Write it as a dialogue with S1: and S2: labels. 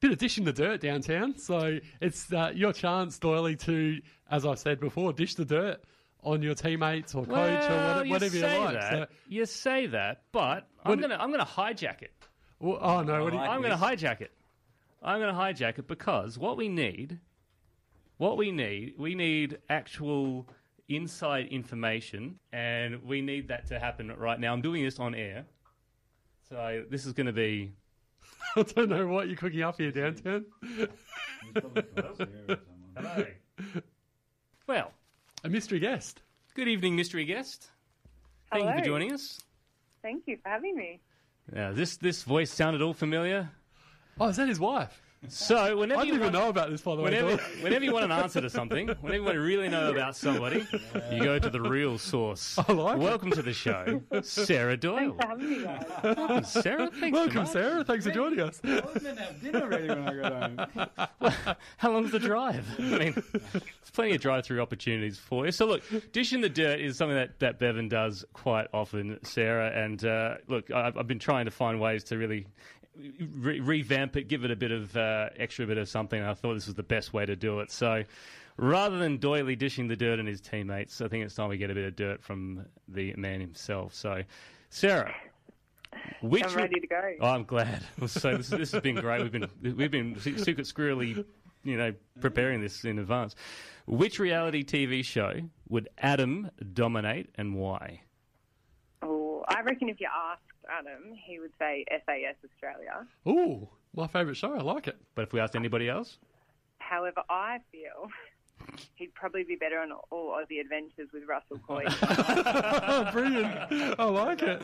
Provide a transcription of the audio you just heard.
S1: bit of dish in the dirt downtown. So it's uh, your chance, Doily, to, as I said before, dish the dirt on your teammates or coach or
S2: Well,
S1: what- whatever
S2: you
S1: you,
S2: say
S1: like.
S2: that.
S1: So-
S2: You say that, but I'm gonna I'm gonna hijack it.
S1: well, oh no, what do you,
S2: I'm going to hijack it. I'm going to hijack it because what we need, what we need, we need actual inside information, and we need that to happen right now. I'm doing this on air, so this is going to be.
S1: I don't know what you're cooking up here downtown.
S2: Hello. well,
S1: A mystery guest.
S2: good evening, mystery guest. Thank you for
S3: Hello.
S2: joining us.
S3: Thank you for having me.
S2: Now, this this voice sounded all familiar.
S1: Oh, is that his wife?
S2: So whenever
S1: I
S2: you
S1: didn't even
S2: want-
S1: know about this, by the way.
S2: Whenever,
S1: Doyle.
S2: whenever you want an answer to something, whenever you want to really know about somebody, you go to the real source.
S1: I like it.
S2: Welcome to the show, Sarah Doyle.
S3: Thanks for having me, guys.
S2: Welcome, Sarah. Thanks so
S1: Welcome,
S2: much.
S1: Sarah. Thanks for joining us.
S4: I was meant to have dinner ready when I got home.
S2: How long's the drive? I mean, there's plenty of drive-through opportunities for you. So look, dish in the dirt is something that, that Bevan does quite often, Sarah. And uh, look, I've, I've been trying to find ways to really re- revamp it, give it a bit of uh, extra bit of something. I thought this was the best way to do it. So rather than Doily dishing the dirt on his teammates, I think it's time we get a bit of dirt from the man himself. So, Sarah. Which
S3: I'm ready to go.
S2: Oh, I'm glad. I'm So this, this has been great. We've been we've been se- secret squirrely, you know, preparing this in advance. Which reality TV show would Adam dominate and why?
S3: Oh, I reckon if you asked Adam, he would say SAS Australia.
S1: Ooh, my favourite show. I like it.
S2: But if we asked anybody else,
S3: However, I feel he'd probably be better on all Aussie adventures with Russell Coy.
S1: Brilliant. I like it.